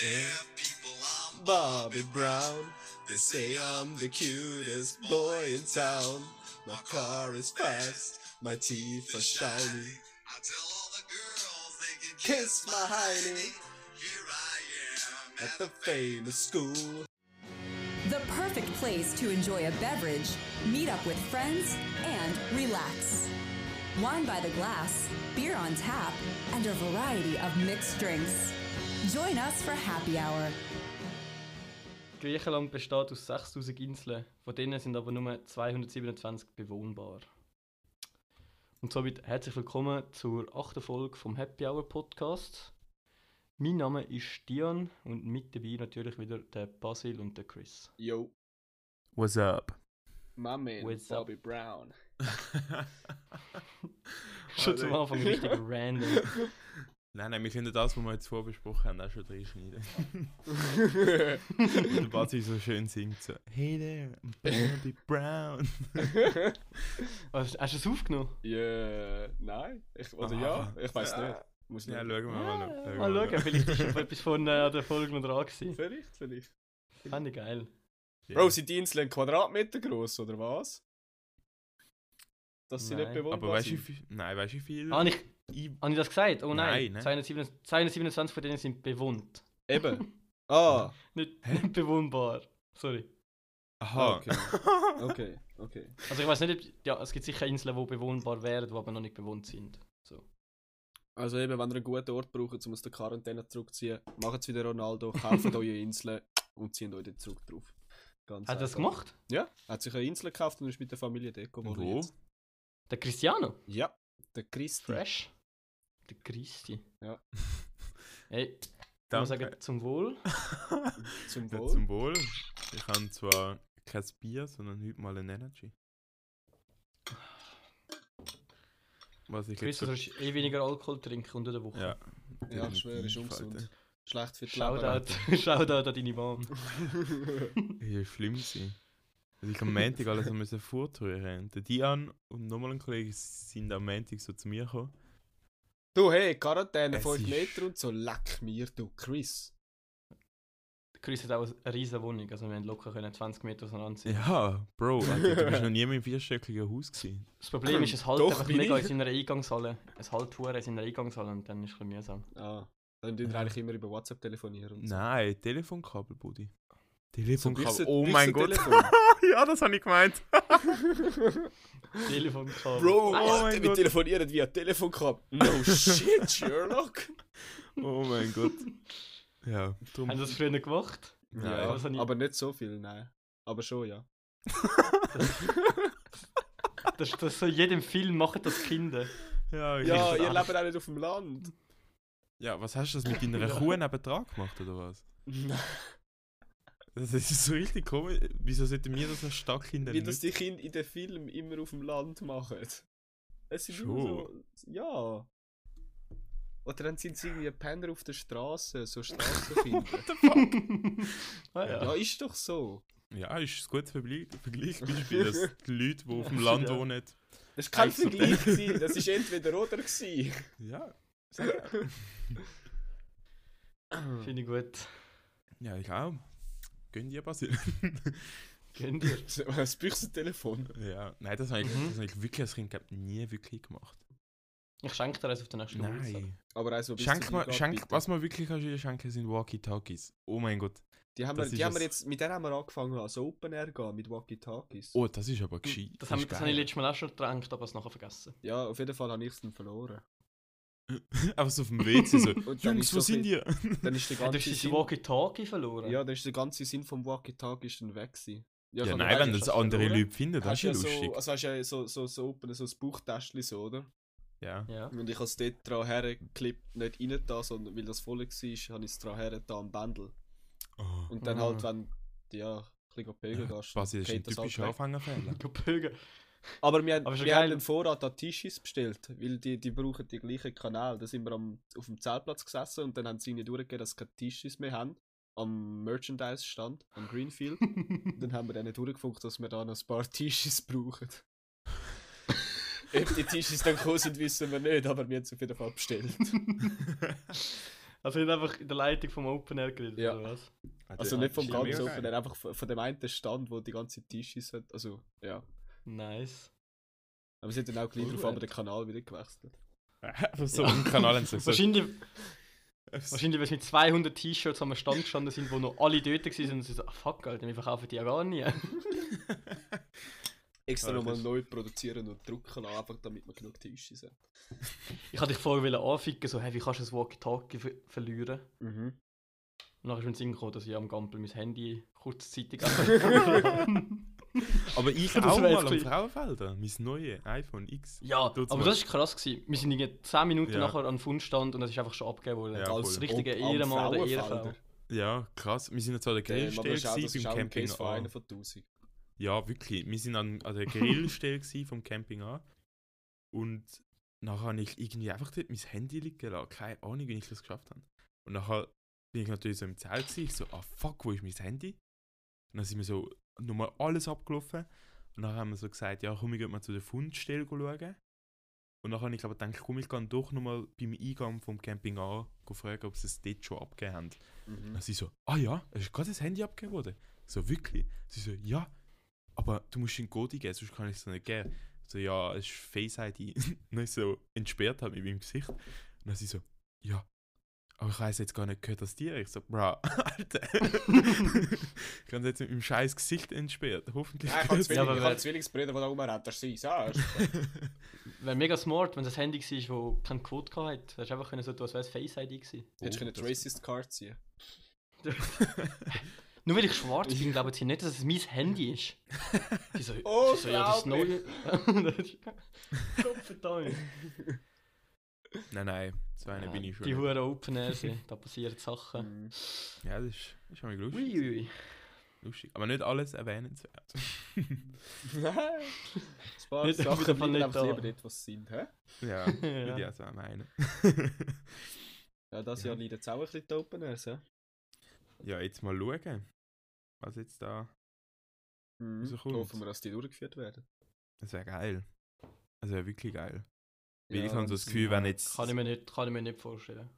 there, people, I'm Bobby Brown. They say I'm the cutest boy in town. My car is fast, my teeth are shiny. I tell all the girls they can kiss my hiney. Here I am at the famous school. The perfect place to enjoy a beverage, meet up with friends, and relax. Wine by the glass, beer on tap, and a variety of mixed drinks. Join us for happy hour. Griechenland besteht aus 6000 Inseln, von denen sind aber nur 227 bewohnbar. Und somit herzlich willkommen zur achten Folge vom Happy Hour Podcast. Mein Name ist Dion und mit dabei natürlich wieder der Basil und der Chris. Yo, What's up? my man, What's up? Bobby Brown. Schon zum Hallo. Anfang richtig random. Nein, nein, wir können das, was wir jetzt vorbesprochen haben, auch schon reinschneiden. Und der Bobby Basti so schön singt so Hey there, I'm Bobby Brown. Hast, hast du es aufgenommen? Ja, nein. Ich, oder ja, ich weiß nicht. Muss Ah. Ja, nicht. schauen wir mal. schauen wir Mal Ah, schauen, vielleicht ist schon etwas von äh, an der Folge noch dran gewesen. Vielleicht, vielleicht. Fand ich geil. Ja. Bro, sind die Inseln einen Quadratmeter groß oder was? Dass sie nicht Nein. bewohnbar Aber weißt du, wie sind. viel... Nein, weißt du, wie viel... Ah, nicht, ich... habe ich das gesagt? Oh nein, Nein, nein. ne? 227, 227 von denen sind bewohnt. Eben. Ah, Nicht, nicht bewohnbar. Sorry. Aha. okay. Ah, okay, okay. Also ich weiß nicht, ob, ja, es gibt sicher Inseln, die bewohnbar wären, die aber noch nicht bewohnt sind. So. Also eben, wenn ihr einen guten Ort braucht, um aus der Quarantäne zurückzuziehen, macht es wieder Ronaldo, kauft eure Inseln und zieht euch den Zug drauf. Ganz Hat er das einfach. gemacht? Ja, er hat sich eine Insel gekauft und ist mit der Familie dort Und geworden. wo? jetzt. Der Cristiano? Ja, der Christi. Fresh? Der Christi? Ja. Ey, ich muss Danke. sagen, zum Wohl. Zum Ja, Wohl. Zum Wohl. Ich habe zwar kein Bier, sondern heute mal ein Energy. Was ich Chris, jetzt... du sollst eh weniger Alkohol trinken unter der Woche. Ja. ja, ich schwöre, ist definitiv, ungesund. Schlecht für die Leber. Shoutout, Shoutout an deine Mom. Ja, schlimm gewesen. Also ich am Montag alles so müssen vortrühren. Der Dian und nochmal ein Kollege sind am Montag so zu mir gekommen. du, hey, Quarantäne Es 5 ist- Meter und so, leck mir, du Chris. Der Chris hat auch eine riesige Wohnung, also wir haben locker können 20 Meter auseinander sein. Ja, Bro, Alter, du bist noch nie mehr im vierstöckigen Haus gewesen. Das Problem ist, es halt Doch, einfach bin mega ich. in seiner Eingangshalle. Es halt hure in seiner Eingangshalle und dann ist es ein bisschen mühsam. Ah, dann dürfen wir eigentlich immer über WhatsApp telefonieren. Und so. Nein, Telefonkabel, Buddy. So Telefonkabel, Büchse- oh mein Gott. Büchsentelefon. ja, das habe ich gemeint. Telefonkabel. Bro, Oh mein wir Gott. telefonieren via Telefonkabel. No shit, Sherlock. Oh mein Gott. Ja, drum. Haben sie das früher gemacht? Ja. was hab ich- aber nicht so viel, nein. Aber schon, ja. Das, das so jedem Film machen das Kinder. Ja, ich- Ja, das ihr auch. lebt auch nicht auf dem Land. ja, was hast du das mit deiner Kuh neben dran gemacht, oder was? Das ist so richtig komisch. Wieso sollten wir das als Stadtkinder Wie das nicht? die Kinder in den Filmen immer auf dem Land machen. Es sind immer so. Ja. Oder dann sind sie irgendwie Penner auf der Straße, so Straßenkinder. Ah, ja. ja, ist doch so. Ja, ist ein gutes Vergleich- Vergleichsbeispiel, dass die Leute, die auf dem Land Ja. wohnen, Das war kein Also, dann- Vergleich, gewesen, das war entweder oder. Gewesen. Ja. Finde ich gut. Ja, ich auch. Gönn dir Basil. Kennt ihr? So, Das Büchsentelefon. ja. Nein, das habe ich, Mhm. das habe ich wirklich als Kind glaub, nie wirklich gemacht. Ich schenke dir eins auf den nächsten Geburtstag. Nein. Aber also, Schenk mal, schenk, was man wirklich kannst dir schenken, sind Walkie-Talkies. Oh mein Gott. Die haben wir, das ist die haben wir es. jetzt, mit denen haben wir angefangen, als Open Air gehen, mit Walkie-Talkies. Oh, das ist aber gescheit. Das, haben, ist das habe ich geil. letztes Mal auch schon getränkt, aber es nachher vergessen. Ja, auf jeden Fall habe ich es dann verloren. Einfach so auf dem WC so. Und dann Jungs, ist wo so ein sind ihr? Dann ist der Ja, du ganze hast Sinn- dein Walkie-Talkie verloren. Ja, dann ist der ganze Sinn vom Walkie-Talkie ist dann weg gewesen. Ja, ich hab nein, gedacht, wenn das das hast du andere verloren. Leute finden, das hast ist ja ja lustig. So, also hast ja so, so, so open, so ein Bauchtäschchen so, oder? Ja. Ja. Und ich habe es dort dran hergeklippt, nicht rein da, sondern weil das voll war, habe ich es dran her da am Bändel. Oh. Und dann Ah. halt, wenn du ja, ein bisschen pögeln gehst, Basil, das ist ein geht das typischer halt weg. Anfängerfehler. Gebögen. Aber wir, haben- Aber ist ja wir geil. haben einen Vorrat an Tischis bestellt, weil die, die brauchen die gleichen Kanäle. Da sind wir am, auf dem Zeltplatz gesessen und dann haben sie ihnen durchgegeben, dass sie keine Tischis mehr haben. Am Merchandise-Stand, am Greenfield. dann haben wir dann durchgefunkt, dass wir da noch ein paar Tischis brauchen. Ob die Tischis dann gekommen sind, wissen wir nicht, aber wir haben sie auf jeden Fall bestellt. Also nicht einfach in der Leitung vom Open Air geredet, Ja. oder was? Also nicht vom ist ja ganzen mega Open geil. Air, einfach von von dem einen Stand, wo die ganze Tisches hat. Also, ja. Nice. Aber sie hat dann auch gleich Voll darauf gut. aber den Kanal wieder gewechselt. Einfach so im Kanal haben sie gesagt. Wahrscheinlich, wahrscheinlich, weil sie mit 200 T-Shirts am Stand gestanden sind, wo noch alle dort waren und sie so, ah, fuck, Alter, wir verkaufen die ja gar nicht. Extra Ja, das nochmal ist- neu produzieren und drucken lassen, einfach damit man genug Tisches hat. Ich hatte dich vorher wollen anficken, so, hey, wie kannst du das Walkie-Talkie ver verlieren? Mhm. Und nachher ist mir in den Sinn gekommen, dass ich am Gampel mein Handy kurzzeitig abgebe. Aber ich Das auch wär mal jetzt am gleich- Frauenfelder. Mein neues iPhone X. ja, Tut's aber mal. das war krass. Gewesen. Wir sind irgendwie 10 Minuten Ja. nachher an den Fundstand und es ist einfach schon abgegeben worden. Ja, Als voll. richtiger ob- am Ehrenmann oder Frauenfelder. Ehrenfrau. Ja, krass. Wir sind jetzt an der Ähm, aber Grillstelle das ist auch, das gewesen ist beim auch ein Camping Case von an. einer von 1000. Ja, wirklich. Wir sind an, an der Grillstelle gewesen vom Camping an. Und nachher habe ich irgendwie einfach dort mein Handy liegen lassen. Keine Ahnung, wie ich das geschafft habe. Und nachher bin ich natürlich so im Zelt gewesen. Ich so, ah fuck, wo ist mein Handy? Und dann sind wir so nochmal alles abgelaufen. Und nachher haben wir so gesagt, ja komm, wir gehen mal zu der Fundstelle schauen. Und nachher habe ich aber gedacht, komm, ich gehe doch nochmal beim Eingang vom Camping an fragen, ob sie es dort schon abgegeben haben. Mhm. Dann sie so, ah ja, es ist gerade das Handy abgegeben worden. So, wirklich? Sie so, ja, aber du musst den Code geben, sonst kann ich es nicht geben. So, ja, es ist Face ID. Dann ich so entsperrt habe mit meinem Gesicht. Und dann sie so, ja, aber ich weiß jetzt gar nicht, gehört das dir? Ich so, bra, Alter. ich kann jetzt mit meinem scheiß Gesicht entsperrt. Hoffentlich. Ja, ich gehört habe es Ja, aber Zwilling, wer- ja, Zwillingsbrüder, die da rumrennen, das ist Ah, sein. Wäre mega smart, wenn das Handy war, das keinen Code hatte. Hättest du einfach können so tun, als wäre es Face-ID gewesen. Hättest du Oh, können die Racist Card ziehen Nur weil ich schwarz bin, glauben sie nicht, dass es mein Handy ist. Sie so, Oh, sie so ja, das ist neu. unglaublich. Kopfverdammt. Nein, nein, so eine Ja, bin ich schon. Ah, Die nicht. Huren Open Air, sind, da passieren Sachen. Mhm. Ja, das ist, das ist manchmal lustig. Uiuiui. lustig. Aber nicht alles erwähnenswert. Nein! Ein paar Nicht, dass wir Sachen davon bleiben nicht einfach da. lieber dort, was sie sind. Hä? ja, Ja. würde ich also auch so meinen. Ja, das Ja. Jahr leiden jetzt auch ein bisschen die Open Airs. hä? Ja, jetzt mal schauen, was jetzt da. Mhm. Wieso kommt? Hoffen wir, dass die durchgeführt werden. Das wäre geil. Das wäre wirklich geil. Weil Ja, ich habe so das das- Gefühl, wenn jetzt. Kann ich mir nicht, kann ich mir nicht vorstellen.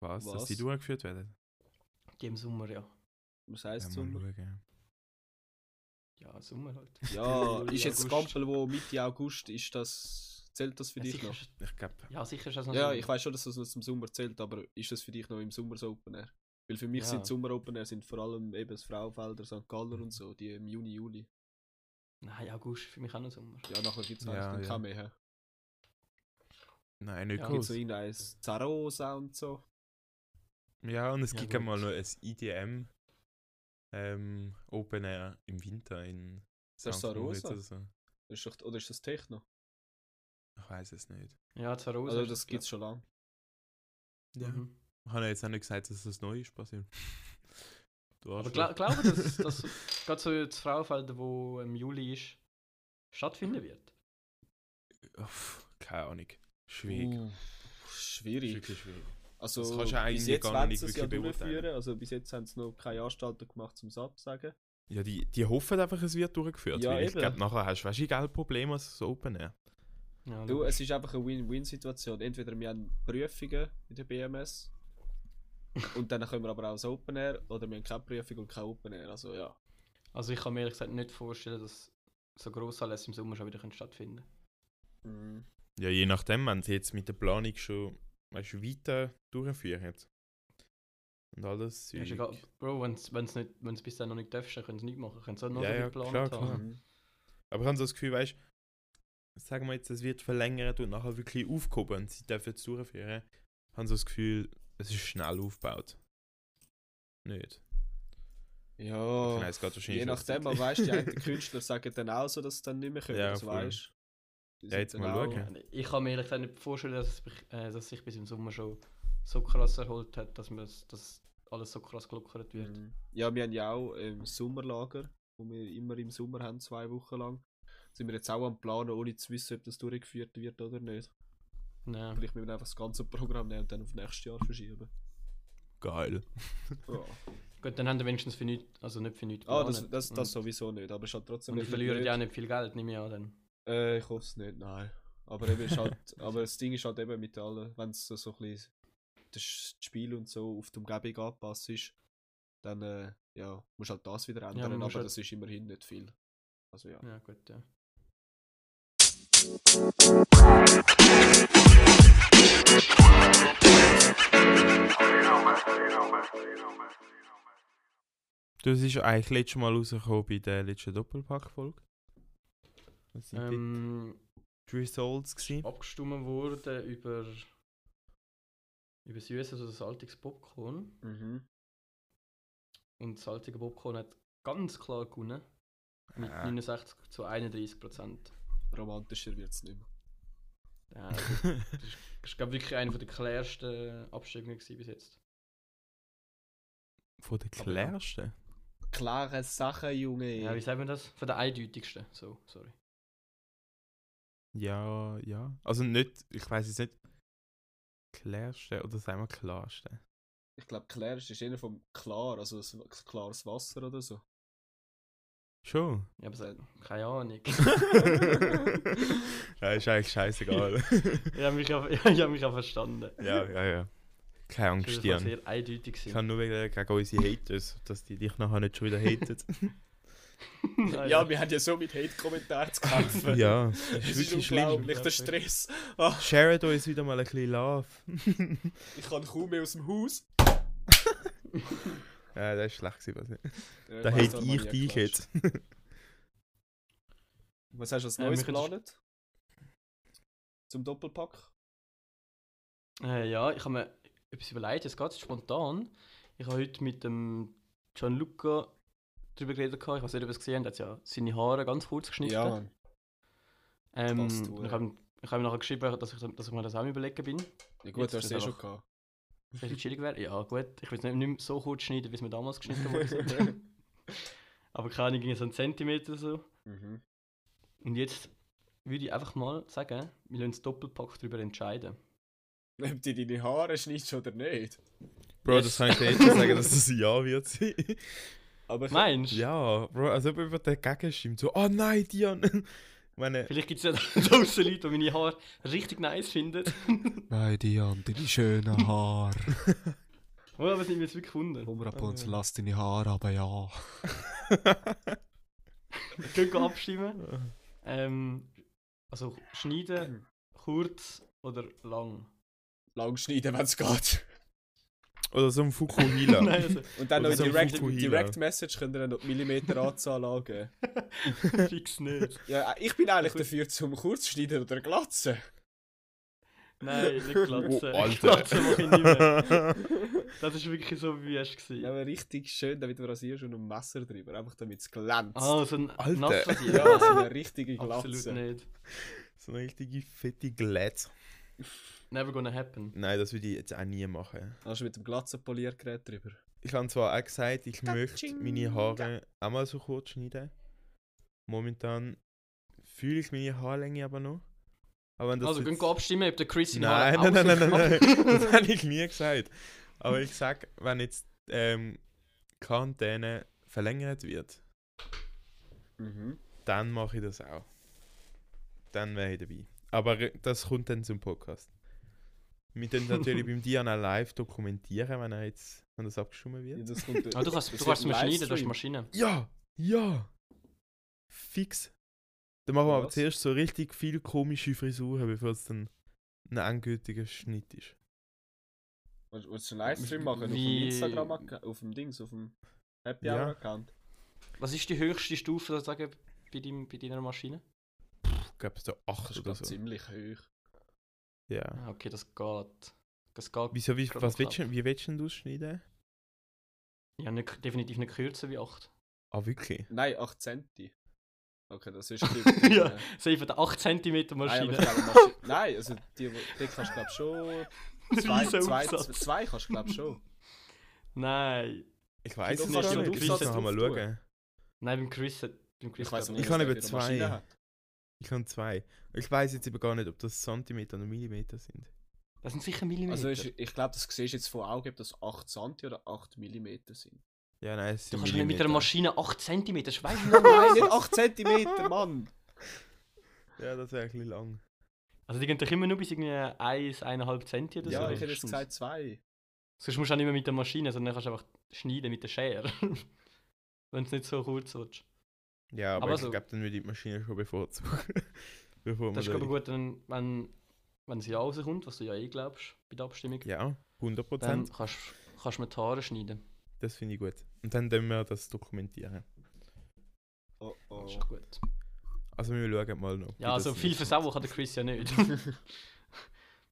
was, dass die Was? durchgeführt werden. Die im Sommer, ja. Was Ja, heisst mal ja, schauen. Ja, Sommer halt. Ja, Juli, ist jetzt das August. Gampel, wo Mitte August ist, das zählt das für Ja, dich sicher noch? ist- Ich glaube, Ja, sicher ist das noch Ja, Sommer. ich weiß schon, dass das noch im Sommer zählt, aber ist das für dich noch im Sommer so Open Air? Weil für mich Ja. sind Sommer Open Air sind vor allem eben das Frauenfelder, St. Galler und so, die im Juni, Juli. Nein, August ist für mich auch noch Sommer. Ja, nachher gibt es Ja, eigentlich dann ja. keine mehr. hä? nein, nicht Ja. also Da gibt es so groß. irgendein Zarosa und so. Ja, und es Ja, gibt ja gut. mal noch ein IDM ähm, Open Air im Winter in Ist das St. Moritz Zarosa? oder so. Ist doch, oder ist das Techno? Ich weiß es nicht. Ja, zwar Rosa. Also ist das gibt es schon lange. Ja. Mhm. Ich habe ja jetzt auch nicht gesagt, dass das neu ist passiert. Du Aber Arschloch. gla glaube, dass, dass gerade so das Frauenfeld, wo im Juli ist, stattfinden wird. Uff, Keine Ahnung. Schwierig. Uh, Ist schwierig. wirklich schwierig. Also Das kannst du ja bis eigentlich jetzt gar noch wollen nicht sie es ja wirklich durchführen. beurteilen. Also bis jetzt haben sie noch keine Anstalten gemacht zum Absagen. Ja, die, die hoffen einfach, es wird durchgeführt. Ja, weil ich eben. glaube, nachher hast du weißt, egal Probleme als so Open Air. Ja, Du, logisch. es ist einfach eine Win-Win-Situation. Entweder wir haben Prüfungen in der BMS und dann können wir aber auch das Open Air oder wir haben keine Prüfung und kein Open Air. Also ja. also ich kann mir ehrlich gesagt nicht vorstellen, dass so Grossanlässe im Sommer schon wieder können stattfinden Mhm. Ja, je nachdem, wenn sie jetzt mit der Planung schon weißt, du, weiter durchführen. Und alles. Ist Zeug. egal, Bro, wenn du es bis dann noch nicht darfst, dann können sie nichts machen. Können sie auch noch Ja, so ja, viel geplant klar, haben. klar. Mhm. Aber ich habe so das Gefühl, weißt du, sagen wir jetzt, es wird verlängert und nachher wirklich aufgehoben und sie dürfen es durchführen. Ich habe so das Gefühl, es ist schnell aufgebaut. Nicht. Ich Ja. weiß, es geht wahrscheinlich schon Je nachdem, ein aber weißt du, die bisschen. einen Künstler sagen dann auch so, dass sie dann nicht mehr können. Ja, also voll. weißt du. Die Ja, sind jetzt dann mal auch- schauen. Ich kann mir ehrlich gesagt nicht vorstellen, dass, es, mich- äh, dass sich bis im Sommer schon so krass erholt hat, dass, man es- dass alles so krass gelockert wird. Mhm. Ja, wir haben ja auch ähm, Sommerlager, wo wir immer im Sommer haben, zwei Wochen lang. Sind wir jetzt auch am Planen, ohne zu wissen, ob das durchgeführt wird oder nicht. Ja. Vielleicht müssen wir einfach das ganze Programm nehmen und dann auf nächstes Jahr verschieben. Geil. Ja. Gut, dann haben wir wenigstens für nichts, also nicht für nichts Ah, das, geplant. Mhm. das, das und, sowieso nicht, aber es ist halt trotzdem und die eben verlieren blöd. ja auch nicht viel Geld, nehme ich an. Dann. Äh, ich hoffe es nicht, nein. Aber, eben ist halt, aber das Ding ist halt eben mit allen, wenn es so, so ein bisschen das Spiel und so auf die Umgebung angepasst ist, dann äh, ja, musst halt das wieder ändern, man aber muss halt- das ist immerhin nicht viel. Also ja. Ja, gut, ja. Das ist eigentlich letztes Mal rausgekommen bei der letzten Doppelpack-Folge. Was sind ähm, Ähm, oh, die Results gewesen? abgestimmt wurde über, über süßes oder saltiges Popcorn. Mhm. Und saltige Popcorn hat ganz klar gewonnen. Mit Ah. 69 zu 31 Prozent. Romantischer wird es nicht mehr. Ja, das ist, glaube wirklich einer der klärsten Abstimmungen gewesen bis jetzt. Von der Aber ja. klärsten? Klare Sache, Junge! Ja, wie sagt man das? Von der eindeutigsten. So, sorry. Ja, ja. Also nicht, ich weiß jetzt nicht. Klärste oder sagen wir klarste? ich glaube, klar ist ist eher vom klar, also das- das klares Wasser oder so. Schon. Ja, aber se- keine Ahnung. ja, ist eigentlich scheißegal. ich habe mich, ja, ich hab mich auch verstanden. ja, ja, ja. Keine Angst, Das ist war Stian. sehr eindeutig. Ich kann nur wegen gegen unsere Haters, dass die dich nachher nicht schon wieder haten. ja, wir haben ja so mit Hate-Kommentaren zu ja, kämpfen. das ist wirklich schlimm. der Stress. Ah, Shared uns wieder mal ein bisschen Love. ich kann kaum mehr aus dem Haus. ja, das ist schlecht gewesen, was nicht. Ja, Da weiss, hate hab ich nie dich geklatscht. jetzt. Was hast du als Ja, Neues wir können- geplant? Zum Doppelpack? Äh, ja, ich habe mir etwas überlegt, jetzt geht spontan. Ich habe heute mit dem Gianluca darüber geredet. gehabt. Ich weiß nicht, ob ihr es gesehen habt. Er hat ja seine Haare ganz kurz geschnitten. Ja, Mann. ähm, passt, und ich habe ich hab ihm nachher geschrieben, dass ich, dass ich mir das auch am überlegen bin. Ja gut, Jetzt du hast es eh ist schon einfach- gehabt. Vielleicht chillig wäre. Ja, gut. Ich will es nicht, nicht mehr so kurz schneiden, wie es mir damals geschnitten worden sind. Aber keine Ahnung, ging so einen Zentimeter so. Mhm. Und jetzt würde ich einfach mal sagen, wir lassen das Doppelpack darüber entscheiden. Ob du deine Haare schneidest oder nicht. Bro, das kann ich dir jetzt schon sagen, dass das ein Ja wird sein. Aber ich, Meinst du? ja, Bro, also ob jemand dagegen stimmt. So, oh nein, Dion. Ich meine, Vielleicht gibt es ja draußen Leute, die meine Haare richtig nice finden. Nein, Diane, deine schönen Haare. Oh, aber es nimmt mich jetzt wirklich Wunder. Komm, Rapunzel, lass deine Haare aber ja. Könnt ihr abstimmen? Ähm, also schneiden, kurz oder lang? Lang schneiden, wenn es geht. oder so ein Fukuhila. Nein, also Und dann Oder noch so ein Direct, Fukuhila. Direct Message könnt ihr noch die Millimeteranzahl angeben. fix nicht. Ja, äh, ich bin eigentlich dafür zum Kurzschneiden oder Glatzen. Nein, nicht glatzen. Oh, Alter. glatzen mache ich nicht mehr. Das ist wirklich so, wie es Ja, war. aber richtig schön, damit du rasierst und ein um Messer drüber, einfach damit es glänzt. Ah, so ein Alter. nasser Ja, also so eine richtige Absolut Glatze. nicht. so eine richtige fette Glätze. Never gonna happen. Nein, das würde ich jetzt auch nie machen. Hast du mit dem Glatzenpoliergerät drüber? Ich habe zwar auch gesagt, ich möchte meine Haare auch mal so kurz schneiden. Momentan fühle ich meine Haarlänge aber noch. Aber wenn das also, jetzt- könnt ihr abstimmen, ob der Chris seine Nein, Haare nein, nein, nein, nein, nein. aussehen Das kann. habe ich nie gesagt. Aber ich sage, wenn jetzt ähm, die Quarantäne verlängert wird, Mhm. dann mache ich das auch. Dann wäre ich dabei. Aber r- das kommt dann zum Podcast. Wir können natürlich beim Diana live dokumentieren, wenn er jetzt, wenn das abgeschoben Ja, wird. das kommt Aber du kannst, du das wird kannst ein mal schneiden, du hast Livestream. Maschine. Ja! Ja! Fix! Dann machen wir aber Was? zuerst so richtig viel komische Frisuren, bevor es dann ein endgültiger Schnitt ist. Willst willst du einen Livestream machen? Auf Wie- dem Instagram-Account? Auf dem Dings? Auf dem Happy Ja. Hour-Account? Was ist die höchste Stufe sozusagen bei, deinem, bei deiner Maschine? Ich glaube, so acht Das ist oder glaub, so. ziemlich hoch. Ja. Ah, okay, das geht. Das geht. Wieso, wie, Gerade was noch willst du, knapp. wie willst du denn ausschneiden? Ja, nicht, definitiv nicht kürzer wie 8. Ah, wirklich? Nein, 8 Centi. Okay, das ist die. Ja, Safe der 8 cm Nein, Maschine. aber ich glaube, Maschi- Nein, also die, die kannst du glaube schon. Zwei, Riesen zwei, zwei, Aufsatz. zwei kannst du glaube schon. Nein. Ich weiß Du es nicht. kannst Ich ja muss den Aufsatz noch einmal drauf tun. schauen. Nein, beim Chris. hat- Beim Chris Ich weiß glaub nicht, Ich habe was eben der für eine Maschine zwei. hat. Ich habe zwei. Ich weiß jetzt eben gar nicht, ob das Zentimeter oder Millimeter sind. Das sind sicher Millimeter. Also ist, ich glaube, das siehst du jetzt von Augen, ob das 8 Centi oder 8 mm sind. Ja, nein, es sind du kannst nicht mit Millimeter. einer Maschine 8 cm, weißt du? Nein, nicht 8 cm, Mann! Ja, das wäre ein bisschen lang. Also die gehen doch immer nur bis irgendwie 1, 1,5 Cent oder ja, so. ich hätte jetzt stimmt. gesagt zwei. Sonst musst du auch nicht mehr mit der Maschine, sondern kannst du einfach schneiden mit der Schere. Wenn es nicht so kurz wird. Ja, aber, Aber ich so- glaube, dann würde ich die Maschine schon bevorzugen. Bevor Das ist man aber da- gut, wenn, wenn, wenn sie ja rauskommt, was du ja eh glaubst bei der Abstimmung, Ja, 100 dann Prozent. kannst kannst du mir die Haare schneiden. Das finde ich gut. Und dann können wir das dokumentieren. Oh, oh. Das ist doch gut. Also wir schauen mal noch. wie Ja, also das viel nächste- versauen kann der Chris ja nicht.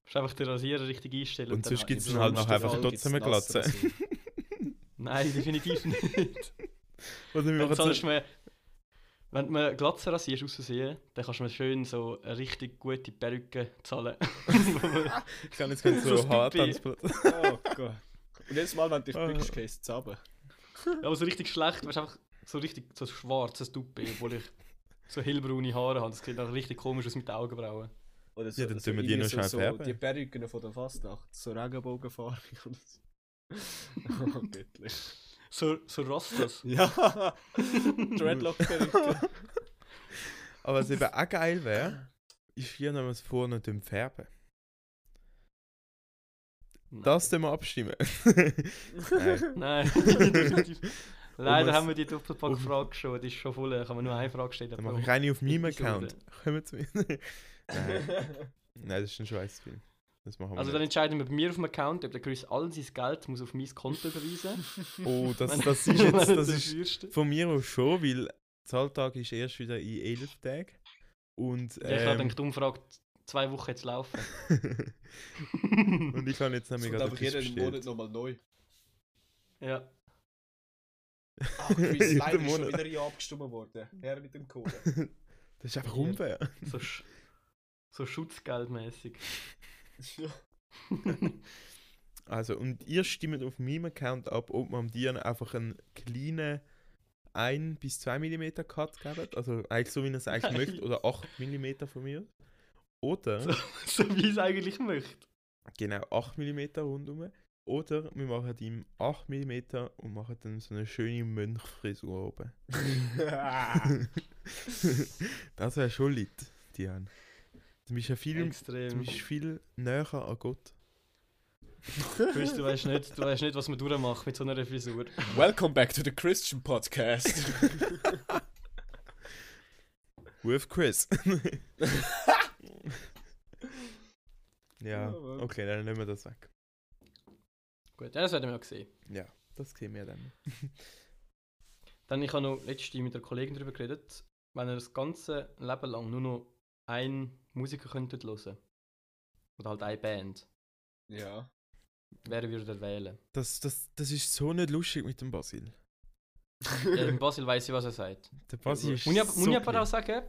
Musst einfach den Rasierer richtig einstellen. Und sonst gibt's es dann halt noch schlimmsten einfach Fall gibt's trotzdem eine nass Glatze. Rasur. Nein, definitiv nicht. Oder wir Wenn, machen so sollst du mir, wenn du mir Glatze rasierst, aussehen, dann kannst du mir schön so eine richtig gute Perücke zahlen. Ich kann jetzt ganz so so hart Stümpfe. transportieren. Oh Gott. Und jedes Mal, wenn du dich Ah. bückst, gehst du zusammen. Aber so richtig schlecht, weißt du, einfach so richtig so ein schwarzes Duppe, obwohl ich so hellbraune Haare habe. Das sieht dann richtig komisch aus mit den Augenbrauen. Oder so, Ja, dann so tun wir die noch irgendwie schnell so, so färben. Die Perücken von der Fastnacht. So Regenbogenfarbe und so. Oh, göttlich. So, so Rastas. Ja, Dreadlock-Perücke. Aber was eben auch geil wäre, ist hier noch was vorne dem Färben. Das tun wir abstimmen. Nein. Nein, definitiv. Leider Um haben wir es- die um- Doppelpack-Frage schon, die ist schon voll. Da kann man nur eine Frage stellen. Dann pro mache ich eine auf meinem Episode. Account. Kommen zu mir. Nein. Nein, das ist ein scheiß Film. Das machen wir Also dann nicht. entscheiden wir bei mir auf dem Account, ob der Chris all sein Geld muss auf mein Konto überweisen Oh, das, Wenn- das ist jetzt wenn das er ist dafürste. von mir aus schon, weil Zahltag ist erst wieder in 11 Tagen. Und, Ja, ich habe ähm, gedacht, die Umfrage zwei Wochen jetzt laufen. und ich kann jetzt Das nämlich gerade kommt einfach etwas jeden Monat bestellt. nochmal neu. ja. Ah, Chris, Jeden leider ist schon Monat. wieder hier abgestimmt worden. Her mit dem Code. Das ist einfach unfair. So, sch so schutzgeldmäßig. Also, und ihr stimmt auf meinem Account ab, ob man dir einfach einen kleinen 1 bis 2 mm Cut geben. Also eigentlich so, wie ihr es eigentlich Nein. möchtet. Oder 8 mm von mir. Oder, So, so wie ich es eigentlich möchte. genau, 8 mm rundum. Oder wir machen ihm 8 mm und machen dann so eine schöne Mönchfrisur oben. das wäre schon lit, Diane. Du bist ja viel, du Extrem. bist viel näher an Gott. Chris, du weißt nicht, du weißt nicht, was man durchmacht mit so einer Frisur. Welcome back to the Christian Podcast. With Chris. ja, aber- okay, dann nehmen wir das weg. Gut, ja, das werden wir ja sehen. Ja, das sehen wir dann. Dann ich habe noch letzte mit der Kollegin darüber geredet, wenn ihr das ganze Leben lang nur noch einen Musiker könntet hören oder halt eine Band, ja. wer würde ihr wählen? Das, das, das ist so nicht lustig mit dem Basil. ja, Ähm, im Basil weiß ich, was er sagt. Der Basil ist Muss ich, so muss ich aber auch clean. sagen?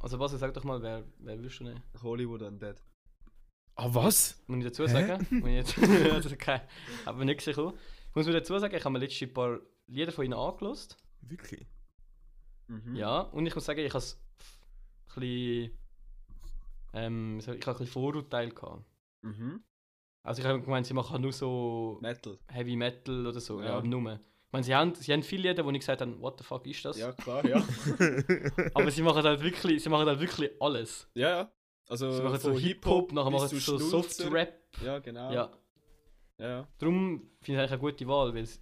Also Basil, sag doch mal, wer, wer würdest du nehmen? Hollywood Undead. Ah, was? Muss ich dazu Hä? sagen? Muss ich jetzt, das ist kein, aber nicht gesehen. Ich muss mir dazu sagen, ich habe mir letztens ein paar Lieder von ihnen angelost. Wirklich? Mhm. Ja, und ich muss sagen, ich habe es ein bisschen, ähm, ich habe ein bisschen Vorurteile gehabt. Mhm. Also ich habe gemeint, sie machen nur so Metal. Heavy Metal oder so, ja, Ja. nur. Ich meine, sie haben, sie haben viele Lieder, wo ich gesagt habe, what the fuck ist das? Ja, klar, ja. Aber sie machen halt wirklich, sie machen halt wirklich alles. ja, ja. Also Sie machen so von Hip-Hop, nachher bis machen zu sie so Schnulzer. Soft-Rap. Ja, genau. Ja. ja. Darum finde ich eigentlich eine gute Wahl, weil es-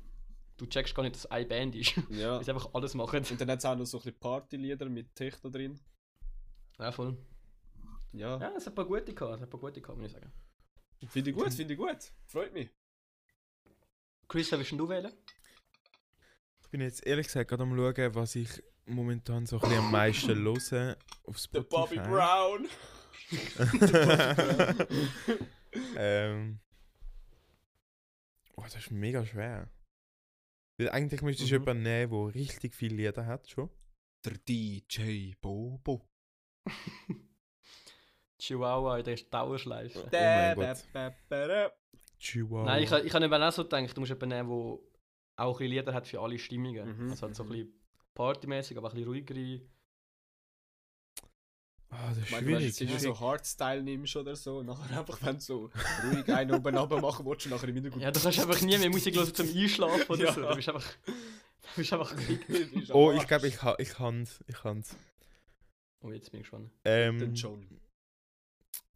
du checkst gar nicht, dass es eine Band ist. ja. Weil sie einfach alles machen. Und dann hat es auch noch so ein bisschen Partylieder mit Techno drin. Ja, voll. Ja. Ja, es hat ein paar gute gehabt, es hat ein paar gute gehabt, muss ich sagen. Finde ich gut, finde ich gut. Freut mich. Chris, wer willst du wählen? Ich bin jetzt ehrlich gesagt gerade am schauen, was ich momentan so ein bisschen am meisten höre auf Spotify. Der Bobby Brown. Oh ähm. Oh, das ist mega schwer. Weil eigentlich müsstest du Mhm. jemanden nehmen, der richtig viele Lieder hat schon. Der DJ Bobo. Chihuahua in der Dauerschleife. Oh mein Gott. Gott. Chihuahua. Nein, ich, ha- ich habe eben auch so gedacht, du musst jemanden nehmen, der auch ein bisschen Lieder hat für alle Stimmungen. Mhm, Also halt so ein mhm. bisschen partymäßig, aber ein bisschen ruhigere. Ah, das ist Ich meine, wenn du schwierig. jetzt irgendwie so Hardstyle nimmst oder so, und nachher einfach, wenn du so ruhig einen oben runter machen willst, und nachher im Hintergrund... Ja, du kannst einfach nie mehr Musik hören zum Einschlafen oder Ja. so. Du bist einfach... Du bist einfach gefickt. Ist am oh, ich Arsch. glaube, ich, ha ich kann's. Ich kann's. Oh, jetzt bin ich gespannt. Ähm, Den John.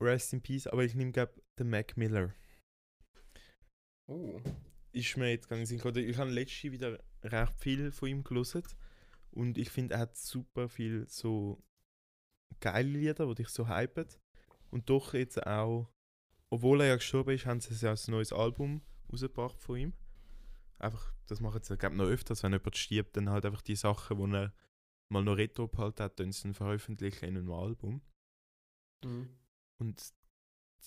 Rest in Peace, aber ich nehme, glaube den Mac Miller. Uh. Oh. Ist mir jetzt gar nicht in den Sinn gekommen. Ich habe letztens wieder recht viel von ihm gelesen. Und ich finde, er hat super viel so geile Lieder, die dich so hypen. Und doch jetzt auch, obwohl er ja gestorben ist, haben sie ja ein neues Album rausgebracht von ihm. Einfach, das machen sie, glaube ich, noch öfters, wenn jemand stirbt, dann halt einfach die Sachen, die er mal noch retro behalten hat, dann sie dann veröffentlichen in einem Album. Mhm. Und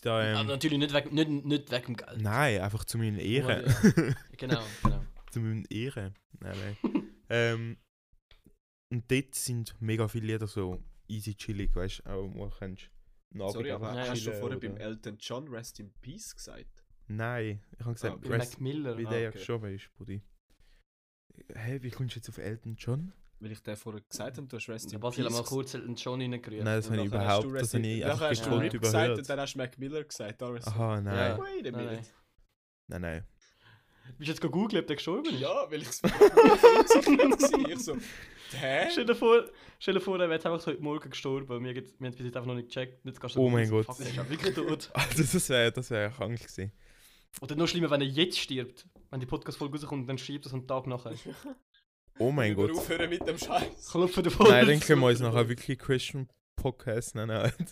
da. Ähm, Aber natürlich nicht wegen nicht, nicht weg dem Geld. Nein, einfach zu meinen Ehren. Genau, genau. zu meinen Ehren. Nein, nein. ähm, und dort sind mega viele Lieder so easy chillig, weißt du, auch mal kannst. du einen Sorry, Abend aber einfach Nein, hast du chillen vorher oder- beim Elton John Rest in Peace gesagt? Nein, ich habe gesagt, Ah, okay. Für Rest, Mac Miller. wie ah, der ja okay. gestorben ist, Buddy. Hä, wie kommst du jetzt auf Elton John? Weil ich dir vorher gesagt habe, du hast Rest Der in Basil Peace. hat mal kurz einen Johnny reingerührt. Nein, das habe ich überhaupt, das habe ich einfach hast du gekonnt Rip gesagt und überhört. dann hast du Mac Miller gesagt. Darum ist so, Aha, nein, Ja. Wait Nein, a nein. minute. nein, nein. Bist du jetzt gegoogelt, ob der gestorben ist? Ja, weil ich es war. Ich so, hä? Stell dir vor, stell dir vor, er wäre einfach so heute Morgen gestorben. weil Wir, jetzt- wir haben es bis jetzt einfach noch nicht gecheckt. Jetzt gehst du Oh raus, mein Gott. Fuck, der ist ja wirklich tot. Also das wäre das wär ja krank gewesen. Oder noch schlimmer, wenn er jetzt stirbt. Wenn die Podcast-Folge rauskommt, dann stirbt er so einen Tag nachher. Oh mein Wir Gott. aufhören mit dem Scheiß. Klopfen davon. Nein, dann können wir uns nachher wirklich Christian Podcast nennen. Alter.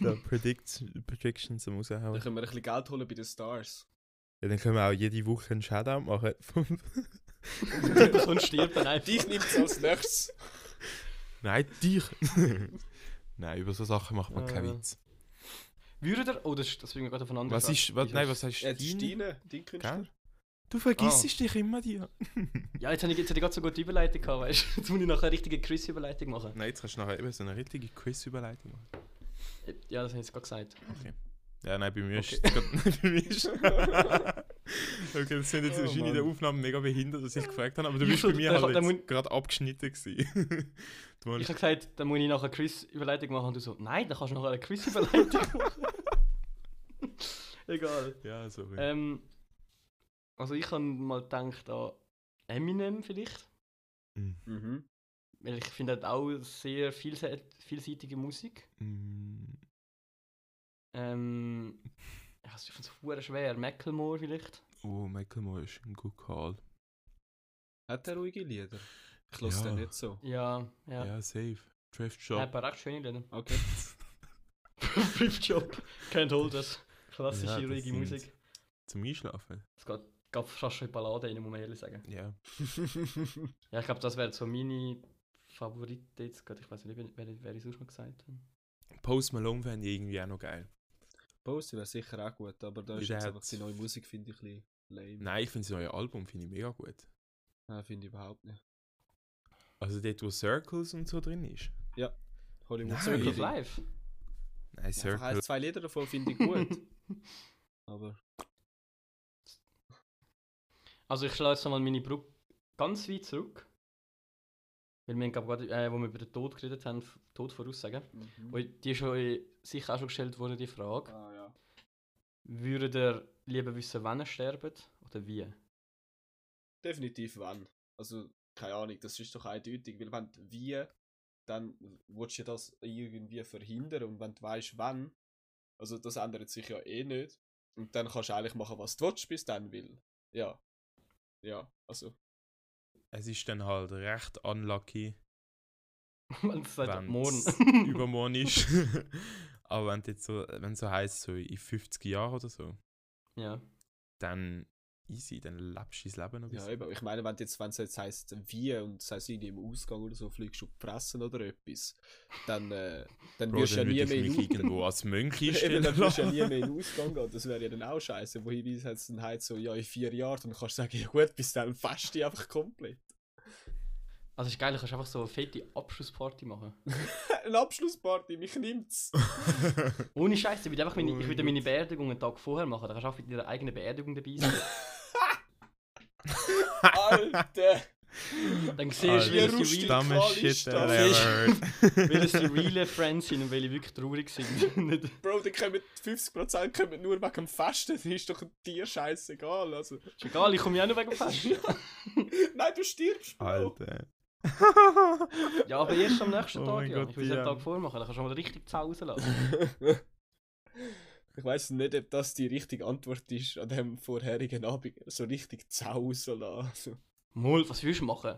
da Predict, Predictions am Dann raushauen. können wir ein bisschen Geld holen bei den Stars. Ja, dann können wir auch jede Woche einen Shoutout machen. vom- Die Person stirbt dann einfach. Dich nimmt es als nächstes. Nein, dich! nein, über so Sachen macht man keinen Äh. Witz. Würde er... Oh, das, das fing mir gerade von anderen Was ist, was, nein, was heißt Jetzt Stein? Ah. Stine, dein Künstler. Gell? Du vergisst dich immer, dir. Ja, jetzt habe ich, jetzt hab ich gerade so gute Überleitung gehabt, weißt du. Jetzt muss ich nachher eine richtige Chris-Überleitung machen. Nein, jetzt kannst du nachher eben so eine richtige Quiz-Überleitung machen. Ja, das habe ich jetzt gerade gesagt. Ja, nein, bei mir Okay. ist es bei mir ist Okay, das sind jetzt Oh, wahrscheinlich in der Mann. Aufnahme mega behindert, dass ich gefragt habe, aber du Ich bist bei so- mir da- halt da jetzt muss- gerade abgeschnitten gewesen. Du Ich meinst- habe gesagt, dann muss ich nachher Chris-Überleitung machen und du so, nein, dann kannst du nachher eine Chris-Überleitung machen. Egal. ja, sorry. Ähm, also ich habe mal gedacht an Eminem vielleicht, Mhm. weil ich finde er hat auch sehr vielse- vielseitige Musik. Mm, Ähm, ja, ich finde es verdammt schwer. Macklemore vielleicht. oh, Macklemore ist ein guter Call. Hat er ruhige Lieder? Ich Ja. lasse den nicht so. Ja, Ja, ja. ja safe. Draft er hat ein Shop. paar recht schöne Lieder. Okay. Fifth Job, Can't Hold Us. Klassische, Ja, das ruhige sind- Musik. Zum Einschlafen. Es geht, geht fast schon in Ballade rein, muss man ehrlich sagen. Ja. Ja, ich glaube, das wäre so meine Favorite jetzt gerade. Ich weiß nicht, wer, wer- wer ich sonst noch gesagt habe. Post Malone fände ich irgendwie auch noch geil. Posey wäre sicher auch gut, aber da Wie ist der jetzt hat- einfach die neue Musik, finde ich, ein bisschen lame. Nein, ich finde das neue Album finde ich mega gut. Nein, finde ich überhaupt nicht. Also dort, wo Circles und so drin ist. Hollywood Nein. Soul Circle of Eating. Life. Nein, Ja, Circles. halt, zwei Lieder davon finde ich gut. aber Also ich schlage jetzt nochmal meine Brücke ganz weit zurück. Weil wir haben glaub, gerade, äh, wo wir über den Tod geredet haben, F- Tod voraussagen. mhm. Und die ist euch sicher auch schon gestellt worden, die Frage. ah, ja. Würdet ihr lieber wissen, wann ihr sterbt oder wie? definitiv wann. Also, keine Ahnung, das ist doch eindeutig, weil wenn du wie, dann willst du das irgendwie verhindern und wenn du weißt wann, also das ändert sich ja eh nicht. Und dann kannst du eigentlich machen, was du willst, bis dann will. Ja. Ja, also. Es ist dann halt recht unlucky, Wenn es sagt, wenn morgen. übermorgen ist. Aber wenn jetzt so, wenn so heisst, so in 50 Jahren oder so, ja. dann easy, dann lebst du dein Leben noch ein Ja, bisschen. eben. Ich meine, wenn jetzt, wenn es jetzt heisst wie und es heisst irgendwie im Ausgang oder so, fliegst du auf die Fressen oder etwas, dann, äh, dann Bro, wirst du ja dann nie würd mehr ich in mich den irgendwo als Mönch Eben, dann wirst du ja nie einstellen. mehr in den Ausgang gehen. Das wäre ja dann auch scheiße. Wohin wie es dann halt so, ja, in vier Jahren, dann kannst du sagen, ja gut, bis dann fest ich einfach komplett. Also ist geil, du kannst einfach so eine fette Abschlussparty machen. Eine Abschlussparty, mich nimmt's. Ohne Scheiße, ich würde einfach meine, Oh ich mein würde meine Beerdigung einen Tag vorher machen. Dann kannst du auch mit deiner eigenen Beerdigung dabei sein. Alter! Dann siehst du, wie Alter. es die real- Dumme Shit Quali-Stadt. weil es die realen Friends sind und weil die wirklich traurig sind. Nicht- Bro, dann kommen 50% kommen nur wegen dem Festen, dann ist doch dir scheißegal. Also. ist egal, ich komme ja auch noch wegen dem Fest. Nein, du stirbst, Bro. Alter. Ja, aber erst am nächsten Oh Tag, mein ja. Gott, ich will es einen ja. Tag vormachen, dann kannst du mal richtig zausen lassen. Ich weiß nicht, ob das die richtige Antwort ist an dem vorherigen Abend. So richtig zausen lassen. Also, Mol, was willst du machen?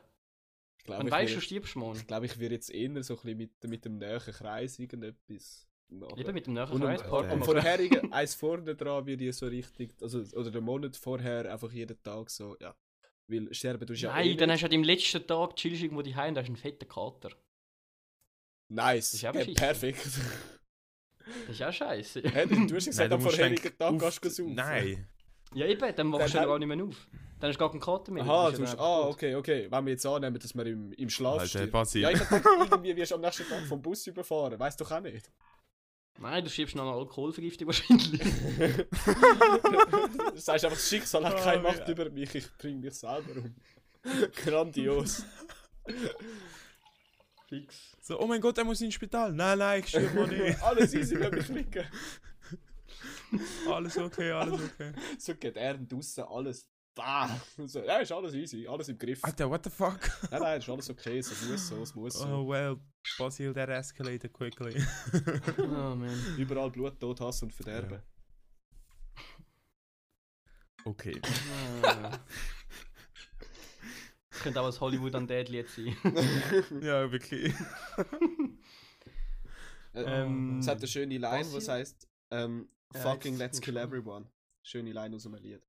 ich glaube, Wenn ich, du weißt, du würd- stirbst morgen. ich, glaub, ich würde jetzt eher so ein bisschen mit, mit dem näheren Kreis irgendetwas machen. Eben mit dem Und um nächsten am, Reispart. am vorherigen, eins vorne dran würde ich so richtig, also, oder den Monat vorher einfach jeden Tag so, ja. Weil sterben tust du ja eh Nein, dann nicht. hast du an deinem letzten Tag chillst du irgendwo die und hast einen fetten Kater. Nice, Das ist ja ja, beschissen. perfekt. Das ist auch scheiße. Hä, du hast ja gesagt, am vorherigen Tag auf- gehst du saufen. Nein. Ja, eben, dann wachst du Dann ja auch nicht mehr auf. Dann hast du gar keinen Kater mehr. Aha, bist du ja hast, dann ah, tot. okay, okay. Wenn wir jetzt annehmen, dass wir im, im Schlaf Alter, stirbt. Basil. Ja, ich hab gedacht, irgendwie wirst du am nächsten Tag vom Bus überfahren. Weißt doch auch nicht. Nein, du stirbst noch an Alkoholvergiftung wahrscheinlich. Du sagst einfach, das Schicksal hat Oh, keine Macht wie- über mich, ich bringe mich selber um. Grandios. Fix. So, oh mein Gott, er muss ins Spital. Nein, nein, ich stirb noch nicht. Alles easy, wenn mich klicken. Alles okay, alles okay. So geht er draussen, alles. Bah! Und So, ja, ist alles easy, alles im Griff. Nein, Alter, what the fuck? nein, ist alles okay, es muss so, es muss so. Oh well, Basil, that escalated quickly. Oh man. Überall Blut, Tod, Hass und Verderben. Okay. Ah. Das könnte auch ein Hollywood an Dead jetzt sein. Äh, Ja, wirklich. Ähm, Es hat eine schöne Line, Basil? was heißt ähm, Ja, Fucking jetzt let's nicht kill schon. everyone. Schöne Line aus einem Lied.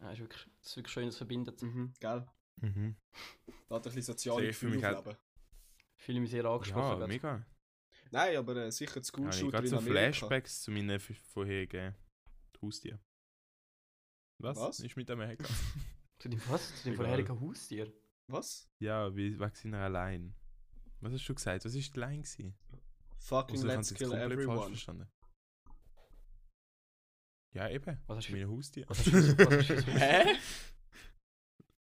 Ja, ist wirklich, das ist wirklich schön, das verbindet. Mhm, gell? Mhm. Da hat ein bisschen soziale Sehe ich für mich Gefühle halt- aufleben. Ich fühle mich sehr angesprochen. Ja, gerade. mega. Nein, aber äh, sicher das Ja, School ich Shooter gerade in so Amerika. Flashbacks zu meinen f- vorherigen Haustieren. Was? Was? Ist mit dem Hacker? Zu dem was? Zu dem Egal. vorherigen Haustier? Was? ja, wie wegen seiner Line. Was hast du gesagt? Was war die Line? Gewesen? Fucking Also, ich hab's let's jetzt kill komplett falsch everyone. verstanden. Ja, eben. Was hast du- meine Haustiere. Was hast du jetzt- was hast du jetzt- Hä?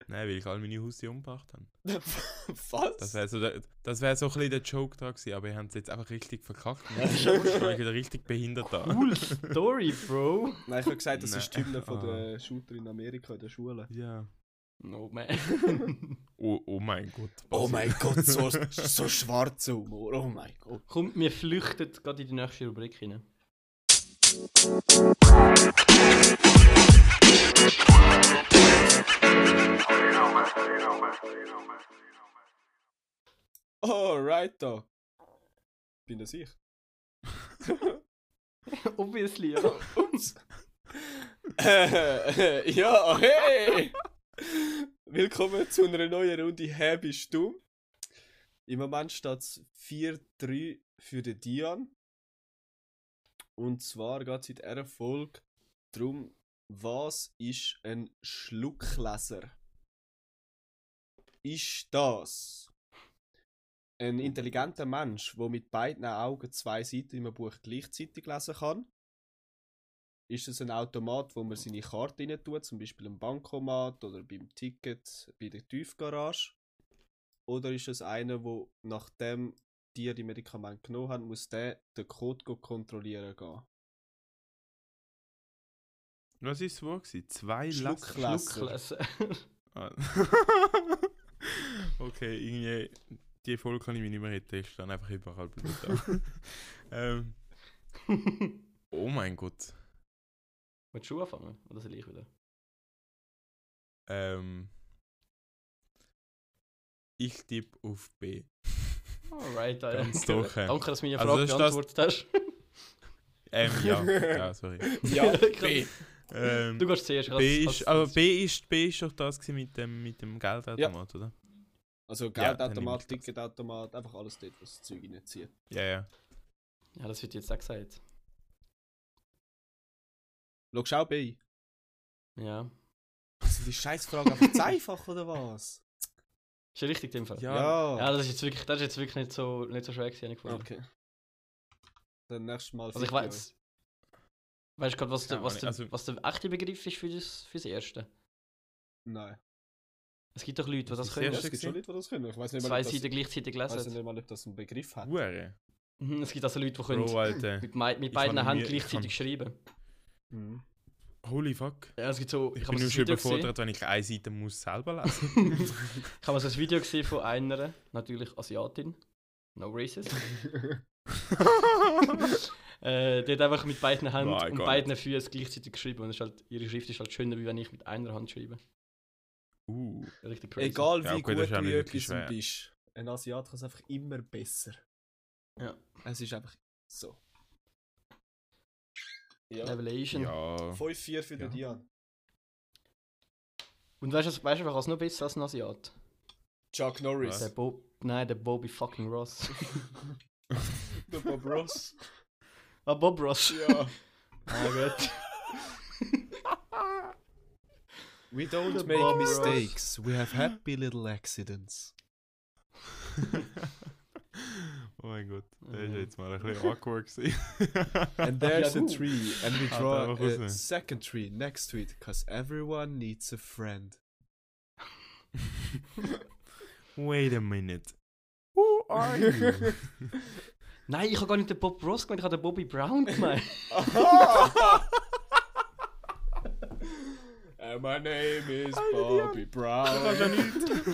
Nein, weil ich alle meine Haustiere umgebracht habe. Das was? wäre so, der- das wär so ein bisschen der Joke da gewesen, aber ich habe es jetzt einfach richtig verkackt. Und jetzt schaue ich wieder richtig behindert an. Cool Story, Bro! Nein, ich habe gesagt, das ist die Hymne Nein. von Ah. der Shooter in Amerika in der Schule. Ja. No man. Oh, oh mein Gott. Oh Basil. mein Gott, so, so schwarzer Humor, oh mein Gott. Kommt, wir flüchten gerade in die nächste Rubrik hinein. Alright da. Bin das ich? Obviously, ja. Ups. Äh, äh, ja, hey! Willkommen zu einer neuen Runde Hä, bist du? Im Moment steht es 4-3 für den Dian. Und zwar geht es in dieser Folge darum, was ist ein Schluckleser? Ist das ein intelligenter Mensch, der mit beiden Augen zwei Seiten in einem Buch gleichzeitig lesen kann? ist es ein Automat, wo man seine Karte rein tut, zum Beispiel im Bankomat oder beim Ticket bei der Tiefgarage? Oder ist es einer, wo nachdem die die Medikamente genommen haben, muss der den Code go kontrollieren gehen? Was war das Wort? gewesen? Zwei Lass. Schluckla- Klasse. Schlucklesen. Ah. okay, irgendwie. Die Folge kann ich mich nicht mehr retten. Ich stand einfach überall blöd da. ähm, oh mein Gott. Willst du anfangen? Oder soll ich wieder? Ähm, ich tippe auf B. Alright, Alter. Ganz durch, hä? Danke, dass du meine Also Frage ist das- beantwortet hast. Ähm, ja. ja, sorry. Ja, B. Ähm, Du gehst zuerst als- B als- ist, also, aber B ist, B ist doch das gewesen mit dem, mit dem Geldautomat, oder? Also Ja, dann nehme Geldautomat, ich das. Ticketautomat, einfach alles dort, was das Zeug reinzieht. Ja, ja. Ja, das wird jetzt auch gesagt. Schau auch bei. Ja. Also die Scheißfrage einfach zu einfach, oder was? Ist ja richtig, in dem Fall. Ja, Ja. das, ist jetzt wirklich, das ist jetzt wirklich nicht so, nicht so schwer gewesen, habe ich gefunden. Okay. Dann nächstes Mal. Also ich Video. weiß. Weißt du gerade, was, der- Keine was, Ahnung, der- also- was der echte Begriff ist für das, fürs Erste? Nein. Es gibt doch Leute, die Was das ist können. das Ja, es gibt schon Leute, die das können. Ich weiß nicht mal, Zwei ob das, Seiten ich gleichzeitig weiss lesen. nicht mal, ob das einen Begriff hat. Hure. Mhm, Es gibt also Leute, die können Bro, Alter. mit, mei- mit Ich beiden habe Händen mir- ich gleichzeitig schreiben. Mhm. Holy fuck. Ja, es gibt so, Ich habe bin mal nur so schon ein Video gesehen. überfordert, wenn ich eine Seite muss selber lesen Ich habe mal so ein Video gesehen von einer, natürlich Asiatin, no racist. äh, die hat einfach mit beiden Händen Nein, und gar beiden Füßen gleichzeitig geschrieben. Und es ist halt, ihre Schrift ist halt schöner, wie wenn ich mit einer Hand schreibe. Uh. Richtig crazy. Egal wie Ja, okay, das gut ist auch du nicht in wirklich etwas schwer. bist, ein Asiat kann es einfach immer besser. Ja. Es ist einfach so. Ja. Revelation. Ja. 5-4 für den Dian. Und weißt du, weißt du, was noch besser als ein Asiat? Chuck Norris. Der Bob. Nein, der Bobby fucking Ross. Der Bob Ross. ah, Bob Ross. ja. ah, gut. We don't Der make Bob Ross. mistakes. We have happy little accidents. oh mein Gott, das ist Ja. jetzt mal ein bisschen awkward gewesen. And there's Ja, a gut. tree, and we Ah, da draw muss a ich. second tree next to it, cause everyone needs a friend. Wait a minute. Who are you? Nein, ich habe gar nicht den Bob Ross gemeint, ich habe den Bobby Brown gemeint. And my name is Bobby Brown.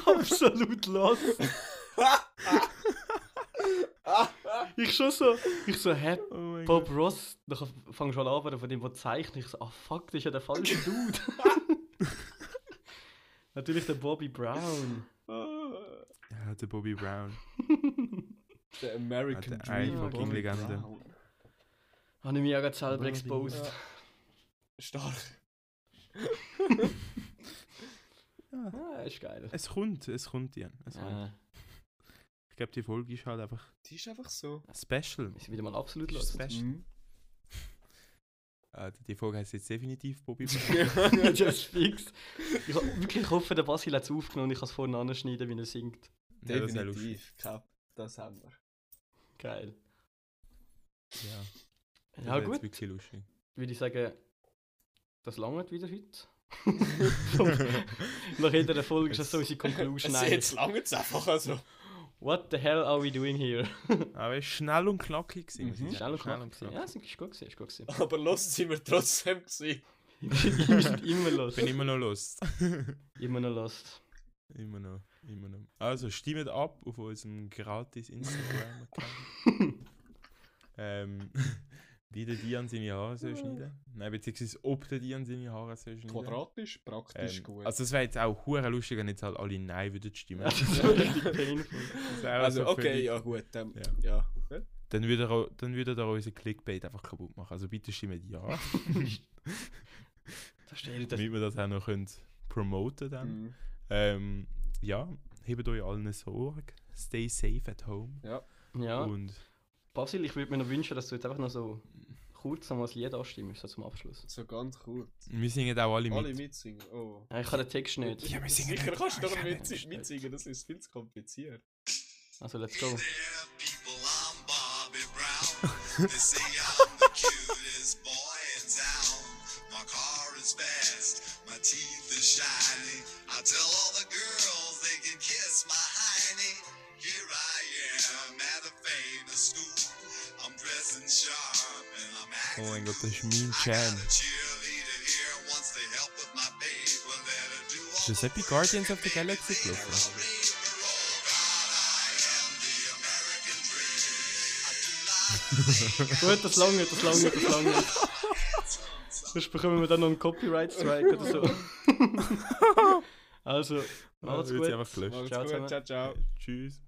Absolut los. ich schon so, ich so, hä, oh mein Bob Ross, dann fang schon an, aber von dem, der zeichnet, ich so, ah fuck, das ist ja der falsche Dude. Natürlich der Bobby Brown. Ja, der Bobby Brown. The American Hat der eine Dream. fucking Bobby Legende. Brown. Habe ich mich ja gerade selber Bobby. exposed. Ja. Stark. Ah, ist geil. Äh, Es kommt, es kommt, Jan. Es kommt. Ja, Ich glaube, die Folge ist halt einfach Die ist einfach so. special. wir sind wieder mal absolut Die ist los. special. Mhm. Äh, die Folge heißt jetzt definitiv Bobby Brown. Just fix. Ich ho- wirklich ich hoffe, der Basil hat es aufgenommen und ich kann es vorne anschneiden, wie er singt. Ja, das ist ja lustig. Definitiv. Cap. Das haben wir. Geil. Ja, das Ja, ist gut. jetzt wirklich lustig. würde ich sagen, das langt wieder heute. Nach jeder Folge ist das so unsere Conclusion. eigentlich. lange jetzt einfach also. What the hell are we doing here? Aber es ist schnell und knackig gewesen. muss ich Mhm. sagen. Schnell und knapp. gewesen. Ja, es ist gut gewesen. Ist gut gewesen. Aber los sind wir trotzdem gewesen. Wir sind immer Ich lost. bin immer noch lost. Immer noch lost. immer noch, immer noch. Also stimmt ab auf unserem gratis Instagram-Account. ähm, wie der Dian seine Haare soll schneiden. Nein, beziehungsweise ob der Dian seine Haare soll schneiden. Quadratisch, praktisch Ähm, gut. also es wäre jetzt auch hure lustig, wenn jetzt halt alle Nein würden stimmen. Das ist so richtig painful. Das wäre Also, so okay, völlig- ja gut. Dann, Ja. ja. Dann würde er, au- dann würde er unser Clickbait einfach kaputt machen. Also bitte stimmt ja. Verstehe ich das. damit wir das auch noch können promoten dann. Mhm. Ähm, ja, hebt euch allen Sorge. Stay safe at home. Ja, Und Basil, ich würde mir noch wünschen, dass du jetzt einfach noch so kurz nochmal das Lied anstimmst, so zum Abschluss. So ganz cool. wir singen auch alle mit. Alle mitsingen. Oh. Ja, ich kann den Text nicht. Ja, wir singen Sicher nicht, kannst du ich doch kann mit, nicht. mitsingen, das ist viel zu kompliziert. Also, let's go. There, people, I'm Bobby Brown. They say I'm the cutest boy in town. My car is fast, my teeth are shiny. I tell all the girls they can kiss my hiney. Here I am at a famous school. I'm dressing sharp and I'm acting Oh mein Gott, das ist cool. Mean I Chan. got a cheerleader here, wants to help with my paper, let her do all Ist das the nicht bei Guardians work of the and make Galaxy me gelaufen? their believer. Oh God, I am the American dream. I do not Gut, das lange, das lange, das lange. Sonst bekommen wir dann noch einen Copyright-Strike oder so. also, Ah, macht's wird gut. sie einfach gelöscht. Macht's Ciao gut, zusammen. ciao, ciao. Tschüss.